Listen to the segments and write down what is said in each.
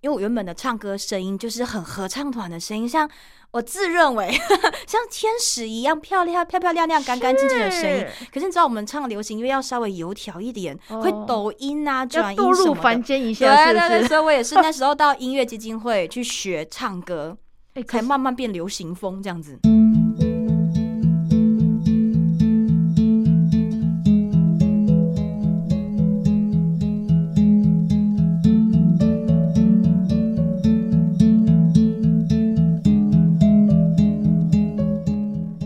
因为我原本的唱歌声音就是很合唱团的声音，像我自认为 像天使一样漂亮、漂漂亮亮、干干净净的声音。是可是你知道，我们唱流行音乐要稍微油条一点，哦会抖音啊、转要音堕什入么的。凡间一对下，是不对对，是？ 所以我也是那时候到音乐基金会去学唱歌，哎可才是慢慢变流行风这样子。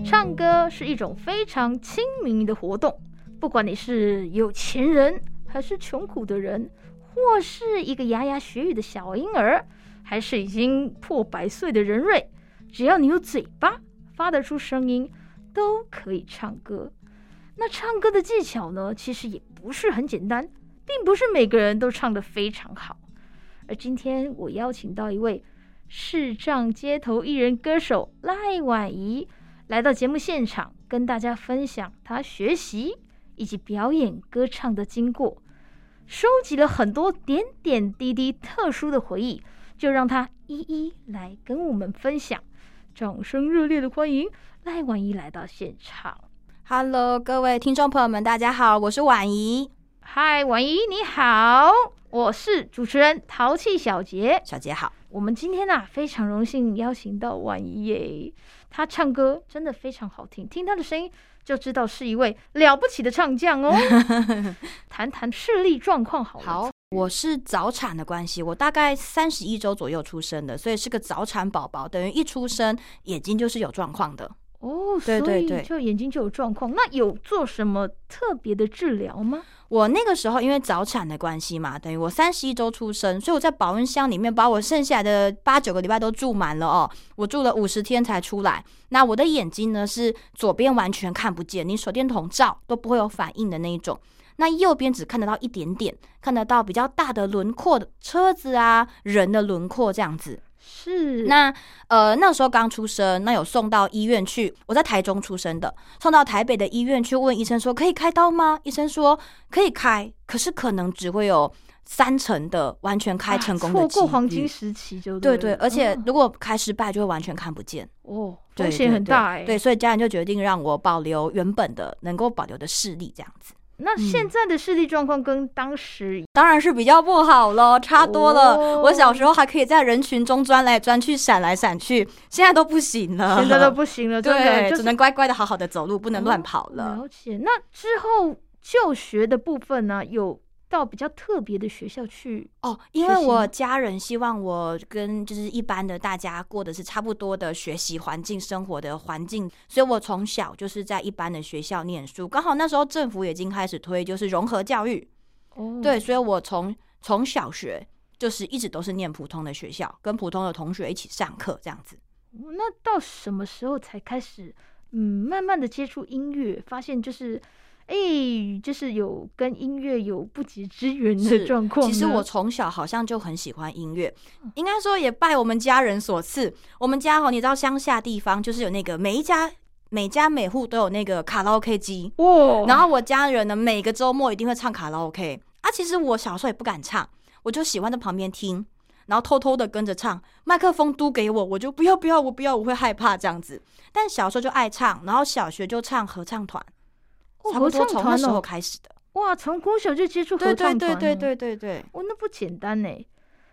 唱歌是一种非常亲民的活动，不管你是有钱人，还是穷苦的人，或是一个牙牙学语的小婴儿，还是已经破百岁的人瑞，只要你有嘴巴发得出声音，都可以唱歌。那唱歌的技巧呢，其实也不是很简单，并不是每个人都唱得非常好。而今天我邀请到一位视障街头艺人歌手赖婉仪。来到节目现场，跟大家分享他学习以及表演歌唱的经过，收集了很多点点滴滴特殊的回忆，就让他一一来跟我们分享。掌声热烈的欢迎赖婉仪来到现场。 Hello，各位听众朋友们，大家好，我是婉怡嗨，婉仪你好，我是主持人淘气小杰。小姐好。我们今天啊，非常荣幸邀请到婉仪耶，她唱歌真的非常好听，听她的声音就知道是一位了不起的唱 将哦。谈谈视力状况好了，好，我是早产的关系，我大概三十一周左右出生的，所以是个早产宝宝，等于一出生眼睛就是有状况的。哦，对所对以对就眼睛就有状况，那有做什么特别的治疗吗？我那个时候因为早产的关系嘛，等于我三十一周出生，所以我在保温箱里面把我剩下的八九个礼拜都住满了哦，我住了五十天才出来。那我的眼睛呢是左边完全看不见，你手电筒照都不会有反应的那一种。那右边只看得到一点点，看得到比较大的轮廓的车子啊、人的轮廓这样子。是啊那呃那时候刚出生，那有送到医院去，我在台中出生的，送到台北的医院去问医生说可以开刀吗？医生说可以开，可是可能只会有三成的完全开啊成功的、错过黄金。时期就对对，对了，而且嗯如果开失败，就会完全看不见，哦，对风险很大哎、对对对，所以家人就决定让我保留原本的能够保留的视力，这样子。那现在的视力状况跟 当时当然是比较不好咯，差多了。哦我小时候还可以在人群中钻来钻去、闪来闪去，现在都不行了。现在都不行了，真的对，就只是能乖乖的、好好的走路，不能乱跑哦了。了解。那之后就学的部分呢，有到比较特别的学校去哦，因学为习我吗家人希望我跟就是一般的大家过的是差不多的学习环境、生活的环境，所以我从小就是在一般的学校念书。刚好那时候政府已经开始推就是融合教育，哦，对，所以我从从小学就是一直都是念普通的学校，跟普通的同学一起上课这样子。那到什么时候才开始嗯，慢慢的接触音乐，发现就是。哎、就是有跟音乐有不解之缘的是状况呢。嗯其实我从小好像就很喜欢音乐，应该说也拜我们家人所赐。我们家哦，你知道乡下地方就是有那个每一家每家每户都有那个卡拉 OK 机，哇，然后我家人呢每个周末一定会唱卡拉 OK 啊。其实我小时候也不敢唱，我就喜欢在旁边听。然后偷偷的跟着唱，麦克风嘟给我，我就不要不要，我不要，我会害怕这样子。但小时候就爱唱，然后小学就唱合唱团，哦差不多合唱从团那时候哦开始的。哇，从国小就接触合对对唱团，对对，对对对。哦，那不简单呢。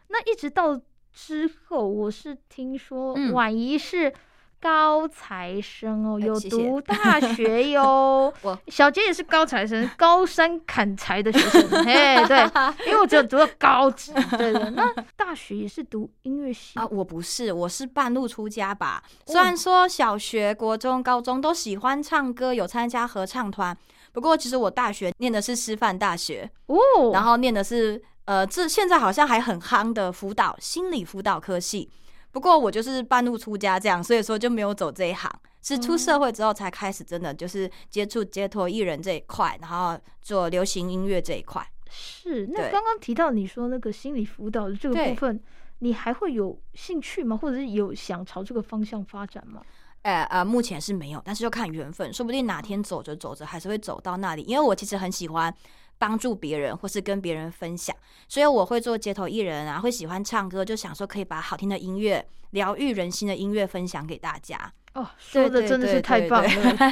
那一直到之后，我是听说嗯婉仪是高材生哦，哎有谢谢读大学哟。我小杰也是高材生，高山砍柴的学生。嘿， 对，因为我只有读到高职。对的，那大学也是读音乐系啊，我不是，我是半路出家吧。虽然说小学、国中、高中都喜欢唱歌，有参加合唱团，不过其实我大学念的是师范大学，哦。然后念的是呃，这现在好像还很夯的辅导心理辅导科系。不过我就是半路出家这样，所以说就没有走这一行，是出社会之后才开始真的就是接触街头艺人这一块，然后做流行音乐这一块。是，那对刚刚提到你说那个心理辅导的这个部对分，你还会有兴趣吗？或者是有想朝这个方向发展吗？呃呃，目前是没有，但是就看缘分，说不定哪天走着走着还是会走到那里。因为我其实很喜欢帮助别人或是跟别人分享。所以我会做街头艺人啊，会喜欢唱歌，就想说可以把好听的音乐、疗愈人心的音乐分享给大家。哦，说的对真的对对是太棒 了，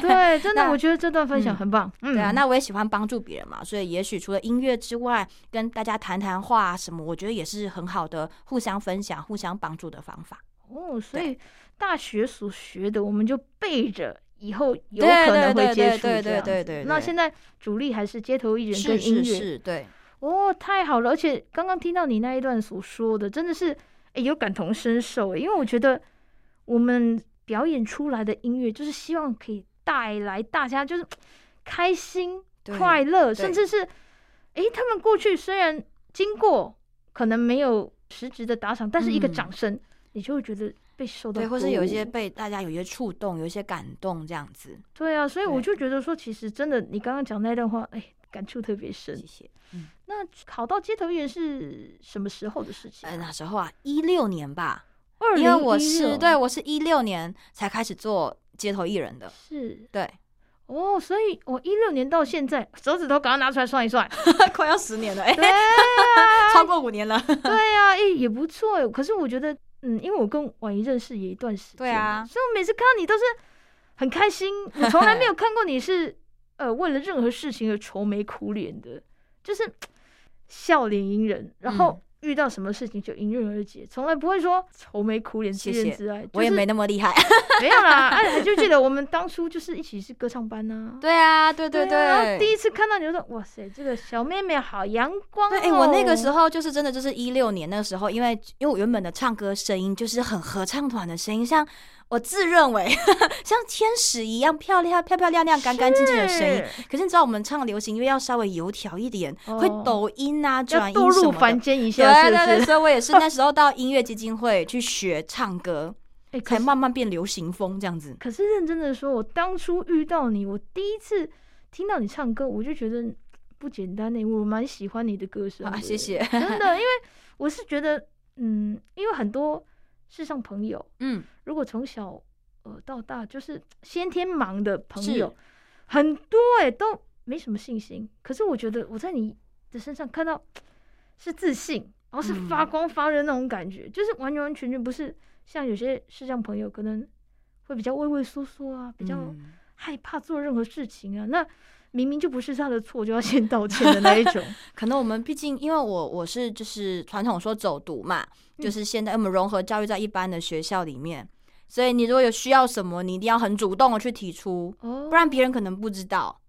对嗯真的，那我觉得这段分享嗯很棒。嗯，对啊，那我也喜欢帮助别人嘛，所以也许除了音乐之外，跟大家谈谈话啊什么，我觉得也是很好的互相分享、互相帮助的方法。哦，所对以大学所学的，我们就背着。以后有对可对能会对接对触对这对样对子对那对现在主力还是街头艺人是跟音乐是是，对，哦，太好了！而且刚刚听到你那一段所说的，真的是诶有感同身受诶，哎因为我觉得我们表演出来的音乐，就是希望可以带来大家就是开心、对快乐，甚对至是诶，他们过去虽然经过可能没有实质的打赏，但是一个嗯掌声，你就会觉得被受到对，或是有一些鼓舞被大家有一些触动，有一些感动这样子。对啊，所以我对就觉得说，其实真的你刚刚讲那段话，诶，感触特别深谢。谢。那考到街头艺人是什么时候的事情啊？呃，那时候啊，一六年吧，二因为我是是对我是一六年才开始做街头艺人的，是对，哦，所以我一六年到现在，手指头赶快拿出来算一算， 快要十年了，哎、对啊，超过五年了。对啊，诶、也不错诶。可是我觉得，嗯，因为我跟婉仪认识也一段时间，对啊所以我每次看到你都是很开心，我从来没有看过你是呃为了任何事情而愁眉苦脸的，就是嘖笑脸迎人，然后。嗯遇到什么事情就迎刃而解，从来不会说愁眉苦脸、自谢怨谢自艾。 我也就是没那么厉害。没有啦，哎，还就记得我们当初就是一起是歌唱班呐、对啊，对对对啊然后对。第一次看到你就说，哇塞，这个小妹妹好阳光、哦。对，哎、我那个时候就是真的就是一六年那个时候，因为因为我原本的唱歌声音就是很合唱团的声音，像我自认为 像天使一样漂亮、漂漂亮亮、干干净净的声音。是可是你知道，我们唱流行音乐要稍微油条一点，哦会抖音啊、要转音堕什入么凡的。间一对下，是不对对，是？ 所以我也是那时候到音乐基金会去学唱歌，哎可才是慢慢变流行风这样子。可是认真的说，我当初遇到你，我第一次听到你唱歌，我就觉得不简单呢、欸我蛮喜欢你的歌声的、欸啊，谢， 谢。真的，因为我是觉得，嗯，因为很多世上朋友，嗯，如果从小呃到大就是先天盲的朋是友，很多哎、都没什么信心。可是我觉得我在你的身上看到是自信，然后是发嗯光发热那种感觉，就是完完全全不是像有些视障朋友可能会比较畏畏缩缩啊，比较嗯害怕做任何事情啊。那明明就不是他的错，就要先道歉的那一 种。可能我们毕竟，因为我我是就是传统说走读嘛，嗯就是现在我们融合教育在一般的学校里面，所以你如果有需要什么，你一定要很主动的去提出，哦，不然别人可能不知道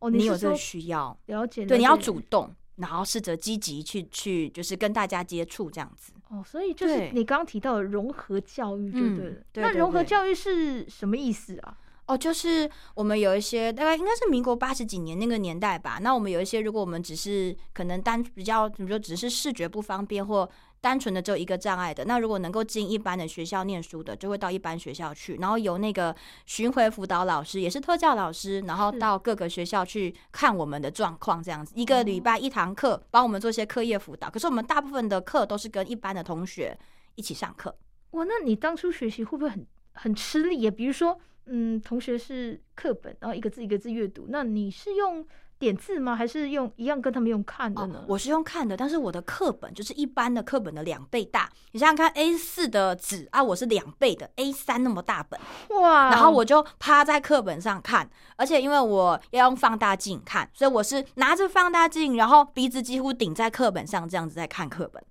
哦，你是有这个说需要。了解，对，了你要解主动，然后试着积极去去，就是跟大家接触这样子。哦，所以就是对你刚提到的融合教育，对不对了？嗯对那对融合对教育是什么意思啊？哦，就是我们有一些大概应该是民国八十几年那个年代吧。那我们有一些，如果我们只是可能单比较，比如说只是视觉不方便或单纯的只有一个障碍的，那如果能够进一般的学校念书的，就会到一般学校去，然后由那个巡回辅导老师，也是特教老师，然后是到各个学校去看我们的状况，这样子一个礼哦拜一堂课，帮我们做一些课业辅导。可是我们大部分的课都是跟一般的同学一起上课。哇，那你当初学习会不会很很吃力呀？啊比如说，嗯，同学是课本，然后一个字一个字阅读，那你是用点字吗？还是用一样跟他们用看的哦呢？，我是用看的，但是我的课本就是一般的课本的两倍大。你想想看，A 四的纸啊，我是两倍的 A 三那么大本，哇，然后我就趴在课本上看，而且因为我要用放大镜看，所以我是拿着放大镜，然后鼻子几乎顶在课本上，这样子在看课本。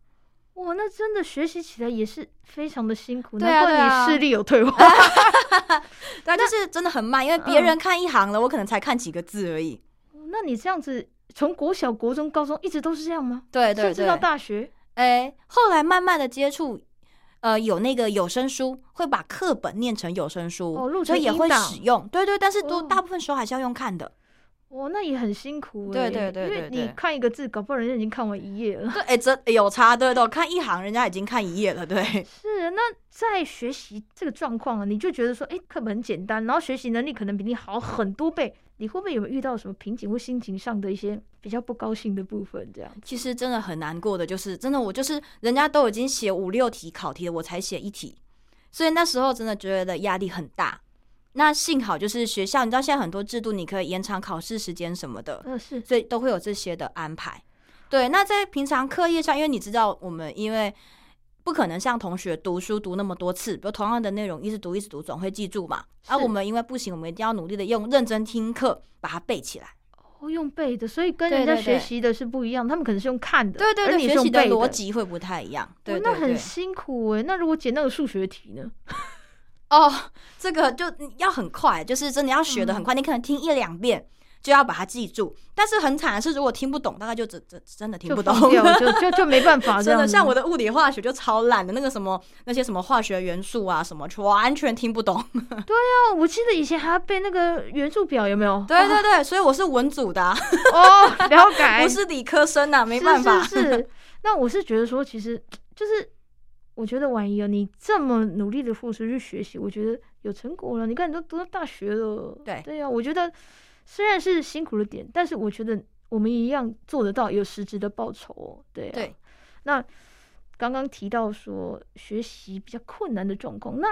哇，那真的学习起来也是非常的辛苦，对啊对难怪啊你视力有退 化。对啊，就是真的很慢，因为别人看一行了，我可能才看几个字而已。那你这样子从国小、国中、高中一直都是这样吗？对对甚至对，到大学，哎、后来慢慢的接触，呃，有那个有声书，会把课本念成有声书，哦录所以也成音会档使用。对对，但是都、哦大部分时候还是要用看的。哇，那也很辛苦对哎、对对因为对你对看一个字，搞不好人家已经看完一页了。 对，哎、真有差，对对，我看一行人家已经看一页了，对。 是，那在学习这个状况啊，你就觉得说，哎，课本很简单，然后学习能力可能比你好很多倍，你会不会有没有遇到什么瓶颈或心情上的一些比较不高兴的部分？这样其实真的很难过的，就是真的我就是人家都已经写五六题考题了，我才写一题，所以那时候真的觉得压力很大。那幸好就是学校，你知道现在很多制度，你可以延长考试时间什么的，呃，是所以都会有这些的安排。对，那在平常课业上，因为你知道我们因为不可能像同学读书读那么多次，比如同样的内容一直读一直读，总会记住嘛。而、是我们因为不行，我们一定要努力的用认真听课把它背起来。哦用背的，所以跟对人家对学对习的是不一样，他们可能是用看的，对对而对，你是学用习的背逻辑会不太一样。对哦对那对，很辛苦哎、那如果解那个数学题呢？哦，这个就你要很快，就是真的要学的很快，你可能听一两遍。就要把它记住，但是很惨的是，如果听不懂，大概就真真真的听就不懂 放，掉了就就就没办法这真样的，子像我的物理化学就超烂的，那个什么那些什么化学元素啊，什么完全听不懂。哦，我记得以前还要背那个元素表，有没有？对对 对，所以我是文组的、啊，哦，了 解，不是理科生呐、啊，没是办法。是是那我是觉得说，其实就是我觉得婉仪哦，你这么努力的付出去学习，我觉得有成果了。你看，你都读到大学了，对对啊呀、我觉得虽然是辛苦了点，但是我觉得我们一样做得到，有实质的报酬哦。对、啊、对。那刚刚提到说学习比较困难的状况，那。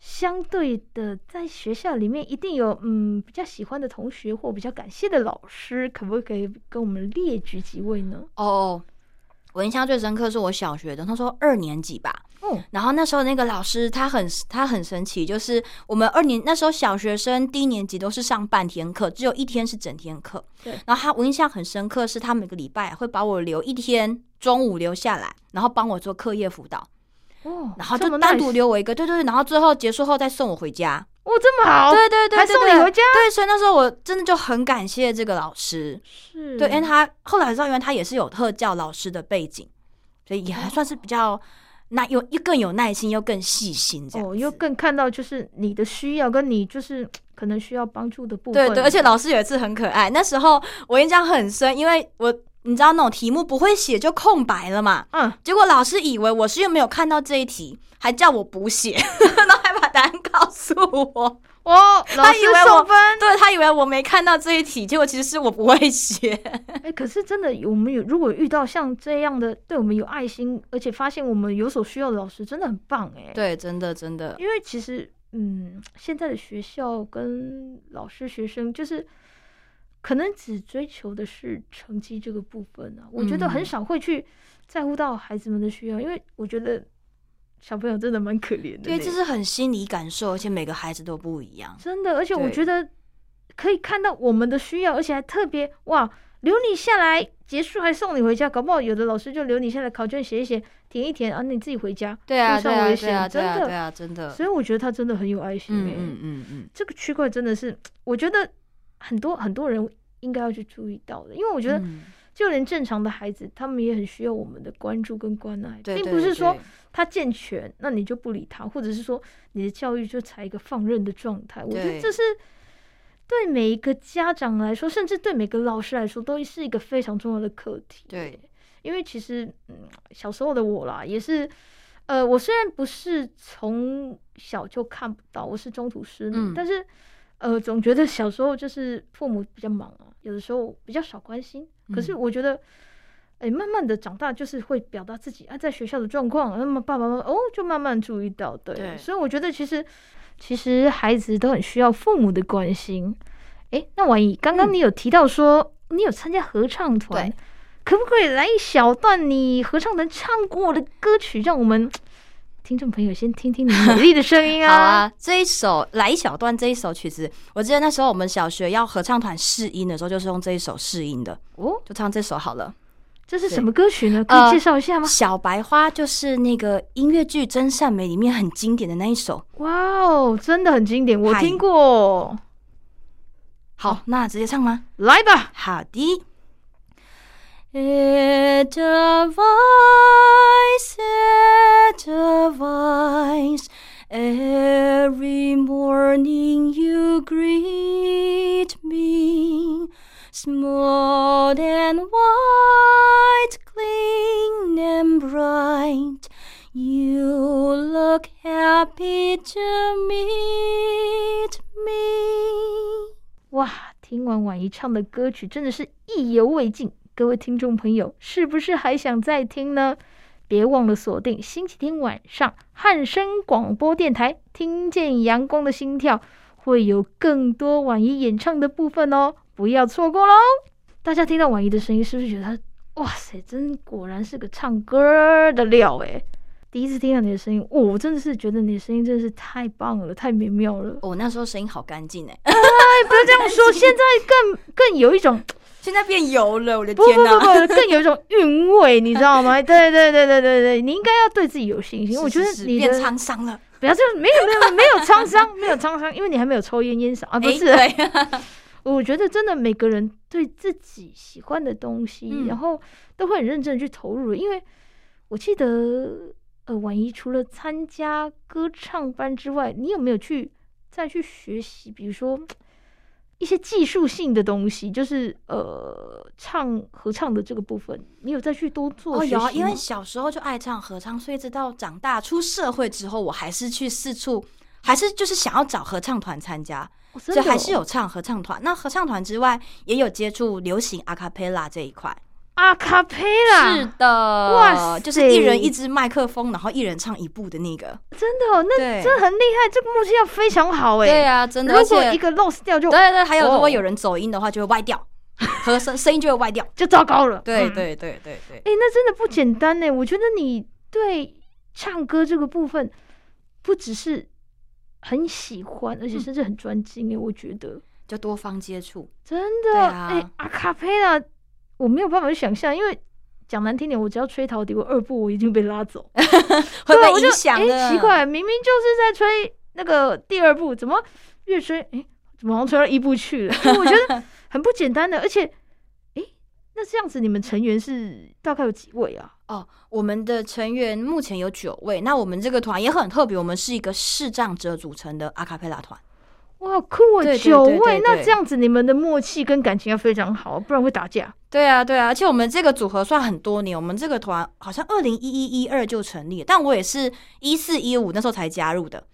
相对的，在学校里面一定有嗯比较喜欢的同学或比较感谢的老师，可不可以跟我们列举几位呢？ 哦，我印象最深刻是我小学的，他说二年级吧，哦，然后那时候那个老师他很他很神奇，就是我们二年那时候小学生低年级都是上半天课，只有一天是整天课。对然后他我印象很深刻是他每个礼拜会把我留一天中午留下来，然后帮我做课业辅导，哦，然后这就么单独 nice 留我一个，对对对，然后最后结束后再送我回家。哦，这么好，对对对，还对送你对回家对，所以那时候我真的就很感谢这个老师。是对，因为他后来知道，原来他也是有特教老师的背景，所以也哦还算是比较耐，有又更有耐心，又更细心这样子。哦，又更看到就是你的需要跟你就是可能需要帮助的部分，对对，而且老师有一次很可爱，那时候我印象很深，因为我你知道那种题目不会写就空白了嘛，嗯，结果老师以为我是因为没有看到这一题，还叫我补写， 然后还把答案告诉我。哦，老师以为送我分，对他以为我没看到这一题，结果其实是我不会写。哎，可是真的，我们有如果遇到像这样的对我们有爱心，而且发现我们有所需要的老师，真的很棒 哎，，对，真的真的，因为其实嗯，现在的学校跟老师学生就是。可能只追求的是成绩这个部分啊，我觉得很嗯少会去在乎到孩子们的需要，因为我觉得小朋友真的蛮可怜的呢。因为这是很心理感受，而且每个孩子都不一样。真的，而且我对觉得可以看到我们的需要，而且还特别哇，留你下来，结束还送你回家，搞不好有的老师就留你下来，考卷写一写，填一填，啊，你自己回家。对啊啊，路上对对啊啊，危险对对啊啊，对真的啊，对对啊，真的。所以我觉得他真的很有爱心、嗯欸。嗯嗯嗯，这个区块真的是，我觉得很多很多人应该要去注意到的，因为我觉得嗯就连正常的孩子，他们也很需要我们的关注跟关爱，对，并不是说他健全，那你就不理他，或者是说你的教育就才一个放任的状态。我觉得对这是对每一个家长来说，甚至对每个老师来说，都是一个非常重要的课题。对，因为其实嗯，小时候的我啦，也是。呃，我虽然不是从小就看不到，我是中途失明，嗯但是，呃，总觉得小时候就是父母比较忙啊，有的时候比较少关心。可是嗯我觉得，哎、慢慢的长大就是会表达自己啊，在学校的状况，那么爸爸妈妈哦，就慢慢注意到，对。对所以我觉得其实，其实孩子都很需要父母的关心。哎、那婉仪，刚刚你有提到说、你有参加合唱团嗯对，可不可以来一小段你合唱团唱过的歌曲，让我们听众朋友先听听你美丽的声音啊？ 好，啊，这一首来一小段这一首曲子，我记得那时候我们小学要合唱团试音的时候，就是用这一首试音的，哦，就唱这首好了。这是对什么歌曲呢？可以呃介绍一下吗？小白花就是那个音乐剧《真善美》里面很经典的那一首。哇哦，真的很经典，我嗨听过。好，那直接唱吗？来吧。好的。It arise, it arise, every morning you greet me. Small and white, clean and bright, you look happy to meet me. 哇，听完婉仪唱的歌曲，真的是意犹未尽。各位听众朋友，是不是还想再听呢？别忘了锁定星期天晚上汉声广播电台，听见阳光的心跳。会有更多婉仪演唱的部分哦，不要错过喽！大家听到婉仪的声音，是不是觉得哇塞，真果然是个唱歌的料诶？第一次听到你的声音，哦我真的是觉得你的声音真的是太棒了，太美妙了。我、那时候声音好干净哎，不要这样说，现在更更有一种现在变油了，我的不不天不哪！不，更有一种韵味，你知道吗？对对对对对对，你应该要对自己有信心。我觉得是是是你变的沧桑了，不要这样，没有没有没有沧桑，没有沧桑，因为你还没有抽烟烟少啊，不诶是。哎 对，我觉得真的每个人对自己喜欢的东西，嗯然后都会很认真地去投入。因为我记得，呃，婉仪除了参加歌唱班之外，你有没有去再去学习，比如说一些技术性的东西，就是呃，唱合唱的这个部分，你有再去多做哦学习有吗？啊，因为小时候就爱唱合唱，所以直到长大出社会之后，我还是去四处，还是就是想要找合唱团参加，哦所真以的还是哦有唱合唱团。那合唱团之外，也有接触流行阿卡贝拉这一块。阿卡贝拉，是的，啊哇就是一人塞一支麦克风，然后一人唱一部的那个。真的、哦，那对真的很厉害，这个默契要非常好哎、对啊，真的，而如果且一个 lost 掉就对对，还有如哦果有人走音的话，就会歪掉，和声声音就会歪 掉。就糟糕了。嗯对对对对，哎、那真的不简单呢。我觉得你对唱歌这个部分，不只是很喜欢，嗯而且甚至很专精哎。我觉得就多方接触。真对的，啊哎、阿卡贝拉，我没有办法去想象，因为讲难听点，我只要吹陶笛，我二部我一定被拉走， 会对，我被就影响的。哎奇，怪，明明就是在吹那个第二部，怎么越吹哎、怎么好像吹到一部去了？因 为我觉得很不简单的，而且。哎，那这样子，你们成员是大概有几位啊？哦，我们的成员目前有九位，那我们这个团也很特别，我们是一个视障者组成的阿卡贝拉团。哇，酷啊！对对九对位，对那对这样子你们的默契跟感情要非常好，不然会打架。对啊，对啊，而且我们这个组合算很多年，我们这个团好像二零一一一二就成立，但我也是一四一五那时候才加入的。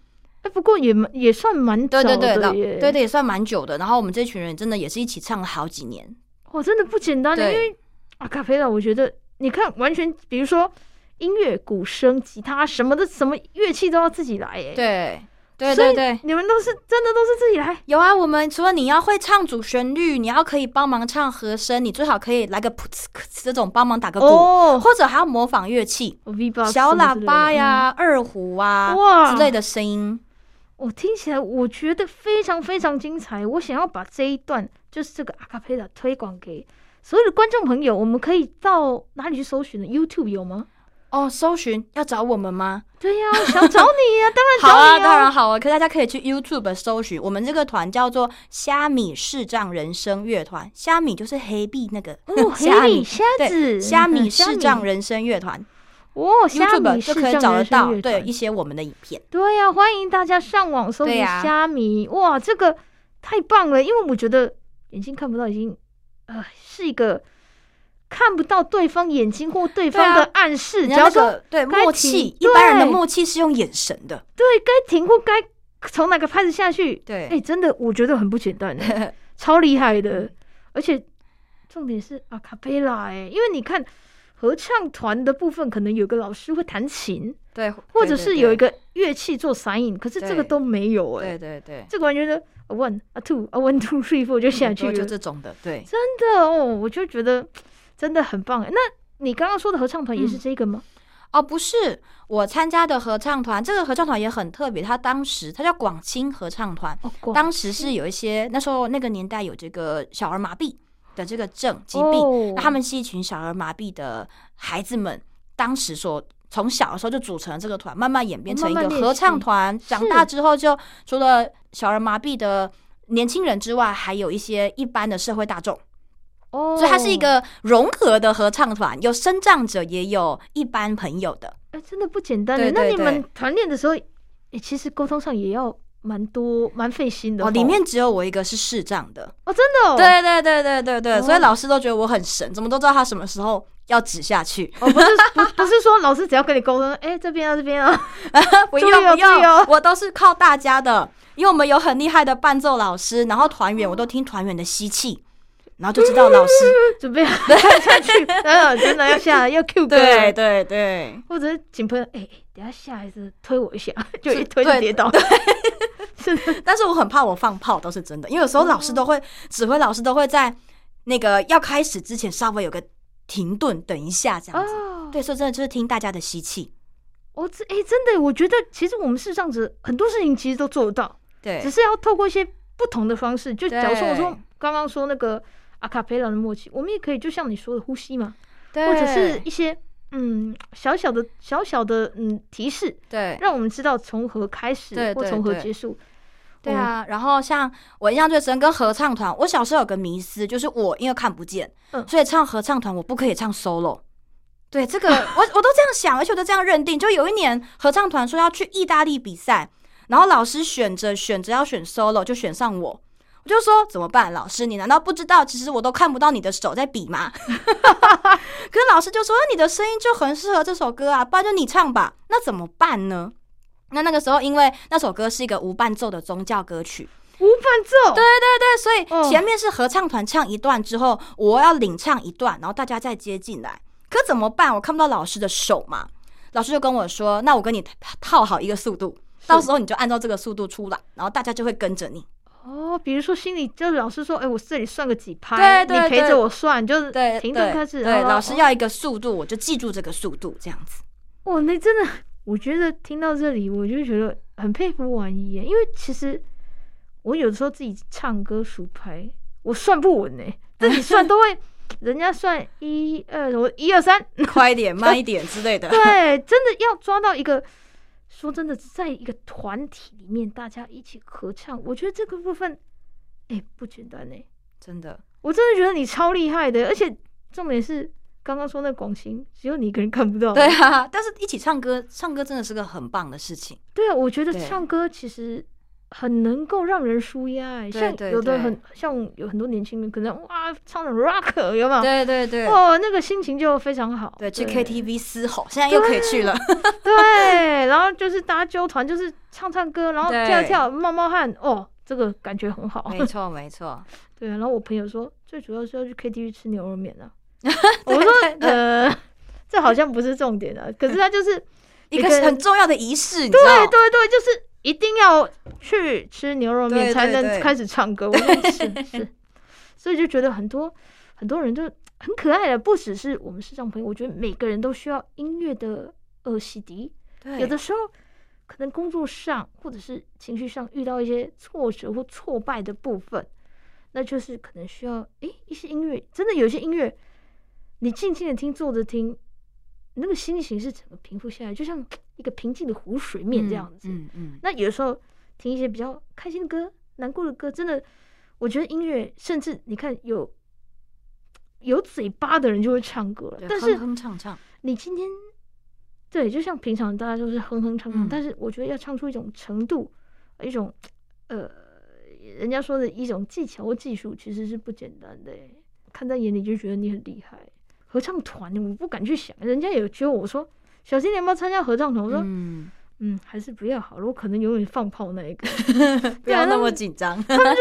哎、不过也蛮也算蛮早对对对，的老耶。对对也算蛮久的。然后我们这群人真的也是一起唱了好几年。哇，真的不简单的，对因为啊，卡佩拉，我觉得你看，完全比如说音乐、鼓声、吉他什么的，什么乐器都要自己来耶。，对对所对以对，你们都是真的都是自己来。有啊。我们除了你要会唱主旋律，你要可以帮忙唱和声，你最好可以来个噗呲噗呲这种帮忙打个鼓，哦或者还要模仿乐器， ，V 八小喇叭，呀、二胡啊嗯哇之类的声音。我、哦听起来我觉得非常非常精彩。我想要把这一段，就是这个阿卡佩拉推广给所有的观众朋友。我们可以到哪里去搜寻呢？YouTube 有吗？哦，搜寻要找我们吗？对呀、我想找你呀、好当啊，然找你当啊。然好啊。可大家可以去 YouTube 搜寻，我们这个团叫做虾米视障人声乐团。虾米就是黑币那个，哦，虾虾米米虾子，对，虾米嗯视障人声乐团哦，虾米 YouTube 视就障可以找得人生到乐，对团一些我们的影片。对呀、欢迎大家上网搜对寻呀虾米。哇，这个太棒了，因为我觉得眼睛看不到，已经呃是一个看不到对方眼睛或对对方啊的暗示，人只家要那说个对该默停契，一般人的对默契是用眼神 的。对该停或该从哪个拍子下去，对哎、真的我觉得很不简 单欸，超厉害嗯的，而且重点是阿卡贝拉哎，因为你看合唱团的部分，可能有个老师会弹琴，对，或者是有一个个乐器做散影，可是这个对都没有哎、对对，这个完全是 a one a two a one two three four 就下很去多了，嗯就真这种的，对，的哦，我就觉得真的很棒哎。那你刚刚说的合唱团嗯也是这个吗？哦，不是，我参加的合唱团，这个合唱团也很特别，它当时它叫广清合唱团，哦，广当时是有一些那时候那个年代有这个小儿麻痹的这个症疾病，哦那他们是一群小儿麻痹的孩子们，当时所从小的时候就组成了这个团，慢慢演变成一哦慢个慢练习合唱团。长大之后，就除了小儿麻痹的年轻人之外，还有一些一般的社会大众，哦，所以它是一个融合的合唱团，有生障者，也有一般朋友的。哎，真的不简单哎。对那对你们团练的时候，哎，其实沟通上也要蛮多蛮费心的哦，里吼面只有我一个是视障的，哦，真的哦，对对对对对对，哦所以老师都觉得我很神，怎么都知道他什么时候要指下去。哦，不是不不是说老师只要跟你沟通，哎，这边啊这边啊， 不注意用哦不注意哦用，我都是靠大家的，因为我们有很厉害的伴奏老师，然后团员我都听团员的吸气，然后就知道老 师准备要看下去，呃，真的要下要 Q 歌，对，对对，或者是请朋友，哎、等一下下一次推我一下，就是一推就对跌倒，是的，但是我很怕我放炮都是真的，因为有时候老师都会、指挥老师都会在那个要开始之前稍微有个停顿，等一下这样子。哦，对，所以真的就是听大家的吸气。我这哎、真的，我觉得其实我们视障者很多事情其实都做得到，对只是要透过一些不同的方式，就对假如说我说刚刚说那个阿卡贝拉的默契，我们也可以就像你说的呼吸嘛，对或者是一些嗯小小的小小的嗯提示，对让我们知道从何开始对或对从何对结束。对啊。然后像我印象最深跟合唱团，我小时候有个迷思，就是我因为看不见，嗯所以唱合唱团我不可以唱 solo。对这个 我我都这样想，而且我都这样认定。就有一年合唱团说要去意大利比赛，然后老师选着选着要选 solo，就选上我。我就说怎么办？老师，你难道不知道？其实我都看不到你的手在比吗？ 可是老师就说啊你的声音就很适合这首歌啊，不然就你唱吧。那怎么办呢？那那个时候，因为那首歌是一个无伴奏的宗教歌曲，无伴奏，对，对，所哦以前面是合唱团唱一段之后，我要领唱一段，然后大家再接进来。可怎么办？我看不到老师的手嘛。老师就跟我说：“那我跟你套好一个速度，到时候你就按照这个速度出来，然后大家就会跟着你。哦，比如说心里就是老师说，哎、我这里算个几拍，对对你陪对着我算，就是对，停对顿开始，对，好老师哦要一个速度，我就记住这个速度，这样子。 哇，那真的，我觉得听到这里，我就觉得很佩服婉仪耶，因为其实我有时候自己唱歌数拍，我算不稳呢，自己算都会，人家算一二，我一二三，快一点，慢一点之类的。对，真的要抓到一个。说真的，在一个团体里面，大家一起合唱，我觉得这个部分，哎、不简单呢、真的，我真的觉得你超厉害的，而且重点是刚刚说那广兴，只有你一个人看不到。对啊。但是一起唱歌，唱歌真的是个很棒的事情。对啊，我觉得对唱歌其实很能够让人舒压、欸，对像对有的对很像有很多年轻人可能哇唱的 rock 有没有？对对对哦，那个心情就非常好。对，去 KTV 嘶吼，现在又可以去了。 对，然后就是大家纠团，就是唱唱歌，然后对跳一跳，冒冒汗，哦，这个感觉很好。没错，没错，对，然后我朋友说，最主要是要去 KTV 吃牛肉面 啊。我说对，对呃， 这好像不是重点啊。可是他就是， 一个一个很重要的仪式，你知对道？对对，就是一定要去吃牛肉面对才对能对开始唱歌。我说 是是，所以就觉得很多很多人就很可爱的，啊不只是我们视障朋友，我觉得每个人都需要音乐的呃洗涤。对有的时候可能工作上或者是情绪上遇到一些挫折或挫败的部分，那就是可能需要诶一些音乐，真的有一些音乐，你静静的听，坐着听，那个心情是整个平复下来，就像一个平静的湖水面这样子。嗯嗯，那有的时候听一些比较开心的歌、难过的歌，真的，我觉得音乐甚至你看有。有嘴巴的人就会唱歌了对，但是哼哼唱唱，你今天对，就像平常大家都是哼哼唱唱，嗯但是我觉得要唱出一种程度，一种呃，人家说的一种技巧或技术，其实是不简单的欸。看在眼里就觉得你很厉害。合唱团我不敢去想，人家有揪我说。小新，你要不要参加合唱团？我说，嗯嗯，还是不要好了。我可能永远放炮那一个。不要那么紧张。对啦，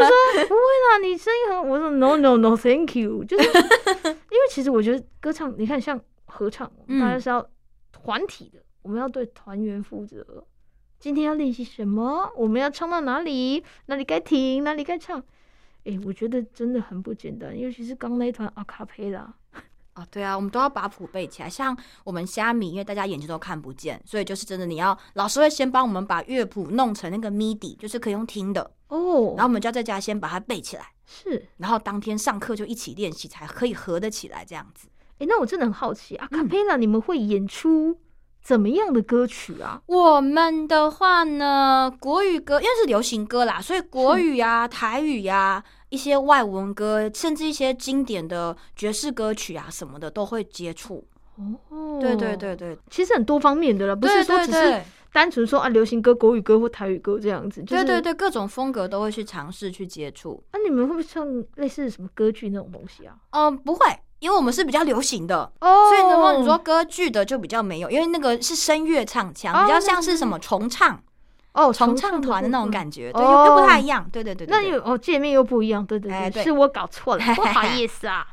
你声音很……我说 no no no，thank you。就是 因为其实我觉得歌唱，你看像合唱，我们嗯大家是要团体的，我们要对团员负责。今天要练习什么？我们要唱到哪里？哪里该停？哪里该唱？哎、我觉得真的很不简单，尤其是刚那一团阿卡佩拉， 哦，对啊，我们都要把谱背起来。像我们虾米，因为大家眼睛都看不见，所以就是真的，你要老师会先帮我们把乐谱弄成那个 MIDI，就是可以用听的，哦，然后我们就要在家先把它背起来，是然后当天上课就一起练习，才可以合得起来这样子。哎、那我真的很好奇，阿卡佩拉你们会演出怎么样的歌曲啊？我们的话呢，国语歌因为是流行歌啦，所以国语啊、台语啊、一些外文歌，甚至一些经典的爵士歌曲啊什么的都会接触。哦，对对对，对，其实很多方面的了，不是说对只对是对单纯说啊，流行歌、国语歌或台语歌这样子。就是、对对。对，各种风格都会去尝试去接触。那、你们会不会唱类似什么歌剧那种东西啊？嗯，不会，因为我们是比较流行的，哦所以如果你说歌剧的就比较没有，因为那个是声乐唱腔，比哦较像是什么重唱。哦，重唱唱团的那种部分感觉，对，哦又又不太一样，对对对对那对有哦，界面又不一样，对对哎对，对是我搞 错了，不好意思啊。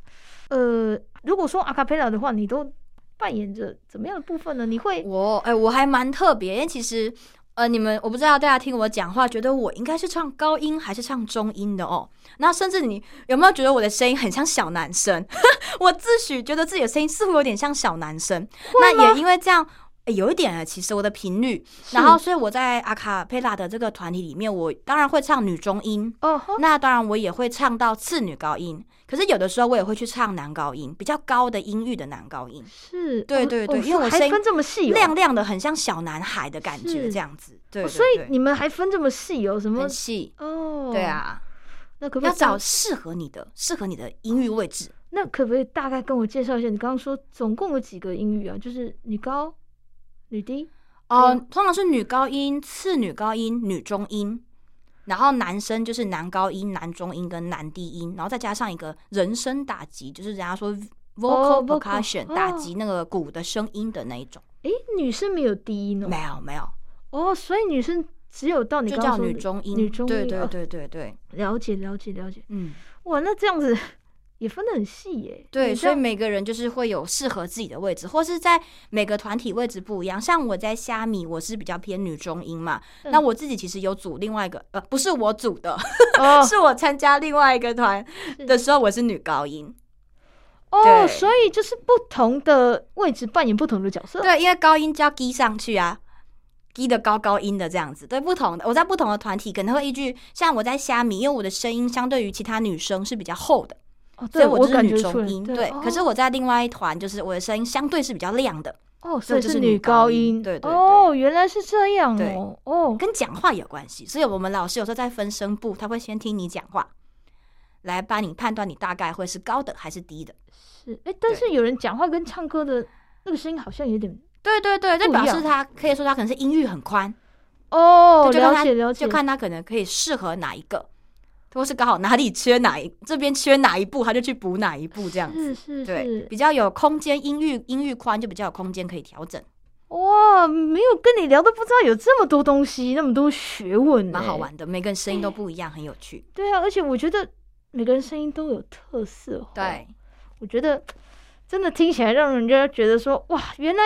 呃，如果说阿卡贝拉的话，你都扮演着怎么样的部分呢？你会我哎、我还蛮特别，因为其实呃，你们我不知道大家听我讲话，觉得我应该是唱高音还是唱中音的哦。那甚至你有没有觉得我的声音很像小男生？ 我自诩觉得自己的声音似乎有点像小男生，那也因为这样。哎有一点啊，其实我的频率，然后所以我在阿卡贝拉的这个团体里面，我当然会唱女中音，哦吼那当然我也会唱到次女高音，可是有的时候我也会去唱男高音，比较高的音域的男高音。是，对哦对哦对因为是我声还音分这么细哦，亮亮的，很像小男孩的感觉，是这样子。对哦对所以对你们还分这么细哦？什么很细，哦？对，啊，那可不可要以大找适合你的、适合你的音域位置。那可不可以大概跟我介绍一下？你刚刚说总共有几个音域啊？就是女高、女低，哦、嗯通常是女高音、次女高音、女中音，然后男生就是男高音、男中音跟男低音，然后再加上一个人声打击，就是人家说 vocal vocal， percussion、哦打击那个鼓的声音的那一种。诶，女生没有低音哦，没有没有，哦，所以女生只有到你就刚刚叫说女的中音。女中音，对对哦对对对，了解了解了解。嗯，哇，那这样子 也分得很细耶。对，你所以这样每个人就是会有适合自己的位置，或是在每个团体位置不一样。像我在虾米，我是比较偏女中音嘛，嗯那我自己其实有组另外一个，呃，不是我组的， 哦是我参加另外一个团的时候，我是女高音。哦，对所以就是不同的位置扮演不同的角色。，对，因为高音就要低上去啊，低的高高音的这样子。对，不同的，我在不同的团体可能会依据，像我在虾米，因为我的声音相对于其他女生是比较厚的，哦，所以对我就是感觉女出来中音。对，可是哦我在另外一团，就是我的声音相对是比较亮的，哦，所以就是是女女高高音音。对对对哦，原来是这样对哦。哦，跟讲话有关系，所以我们老师有时候在分声部，他会先听你讲话，来帮你判断你大概会是高的还是低的。是哎，但对是有人讲话跟唱歌的那个声音好像有点对对对，这不一表样示他可以说他可能是音域很宽，哦，对就跟了他解了解。就看他可能可以适合哪一个，或是刚好哪里缺哪一这边缺哪一步，他就去补哪一步这样子。是是对，是，比较有空间，音域音域宽就比较有空间可以调整，哇，没有跟你聊都不知道有这么多东西，那么多学问，蛮好。玩的。每个人声音都不一样，很有趣。对啊，而且我觉得每个人声音都有特色哦。对，我觉得真的听起来让人家觉得说，哇，原来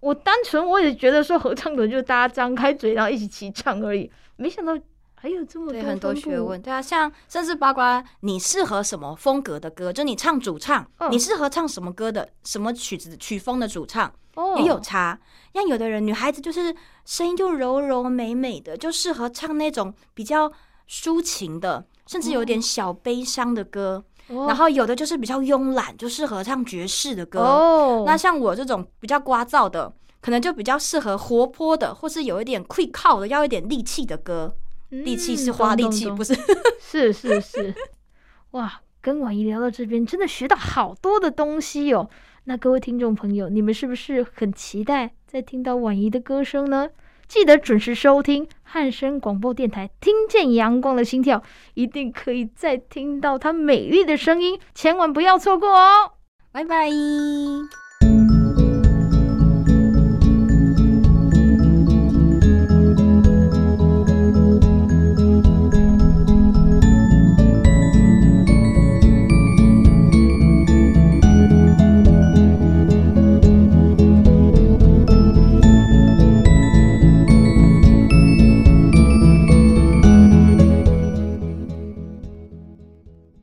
我单纯我也觉得说合唱团就是大家张开嘴然后一起齐唱而已，没想到还有这么对，多很多分布学问，对啊，像甚至包括你适合什么风格的歌，就你唱主唱，嗯你适合唱什么歌的，什么曲子曲风的主唱哦，也有差。像有的人女孩子就是声音就柔柔美美的，就适合唱那种比较抒情的，甚至有点小悲伤的歌。哦，然后有的就是比较慵懒，就适合唱爵士的歌。哦，那像我这种比较聒噪的，可能就比较适合活泼的，或是有一点 quick 靠的，要一点力气的歌。力气嗯是花力气，不是是？ 是是是，哇。跟婉仪聊到这边，真的学到好多的东西哦。那各位听众朋友，你们是不是很期待再听到婉仪的歌声呢？记得准时收听汉声广播电台，听见阳光的心跳，一定可以再听到她美丽的声音，千万不要错过哦。拜拜。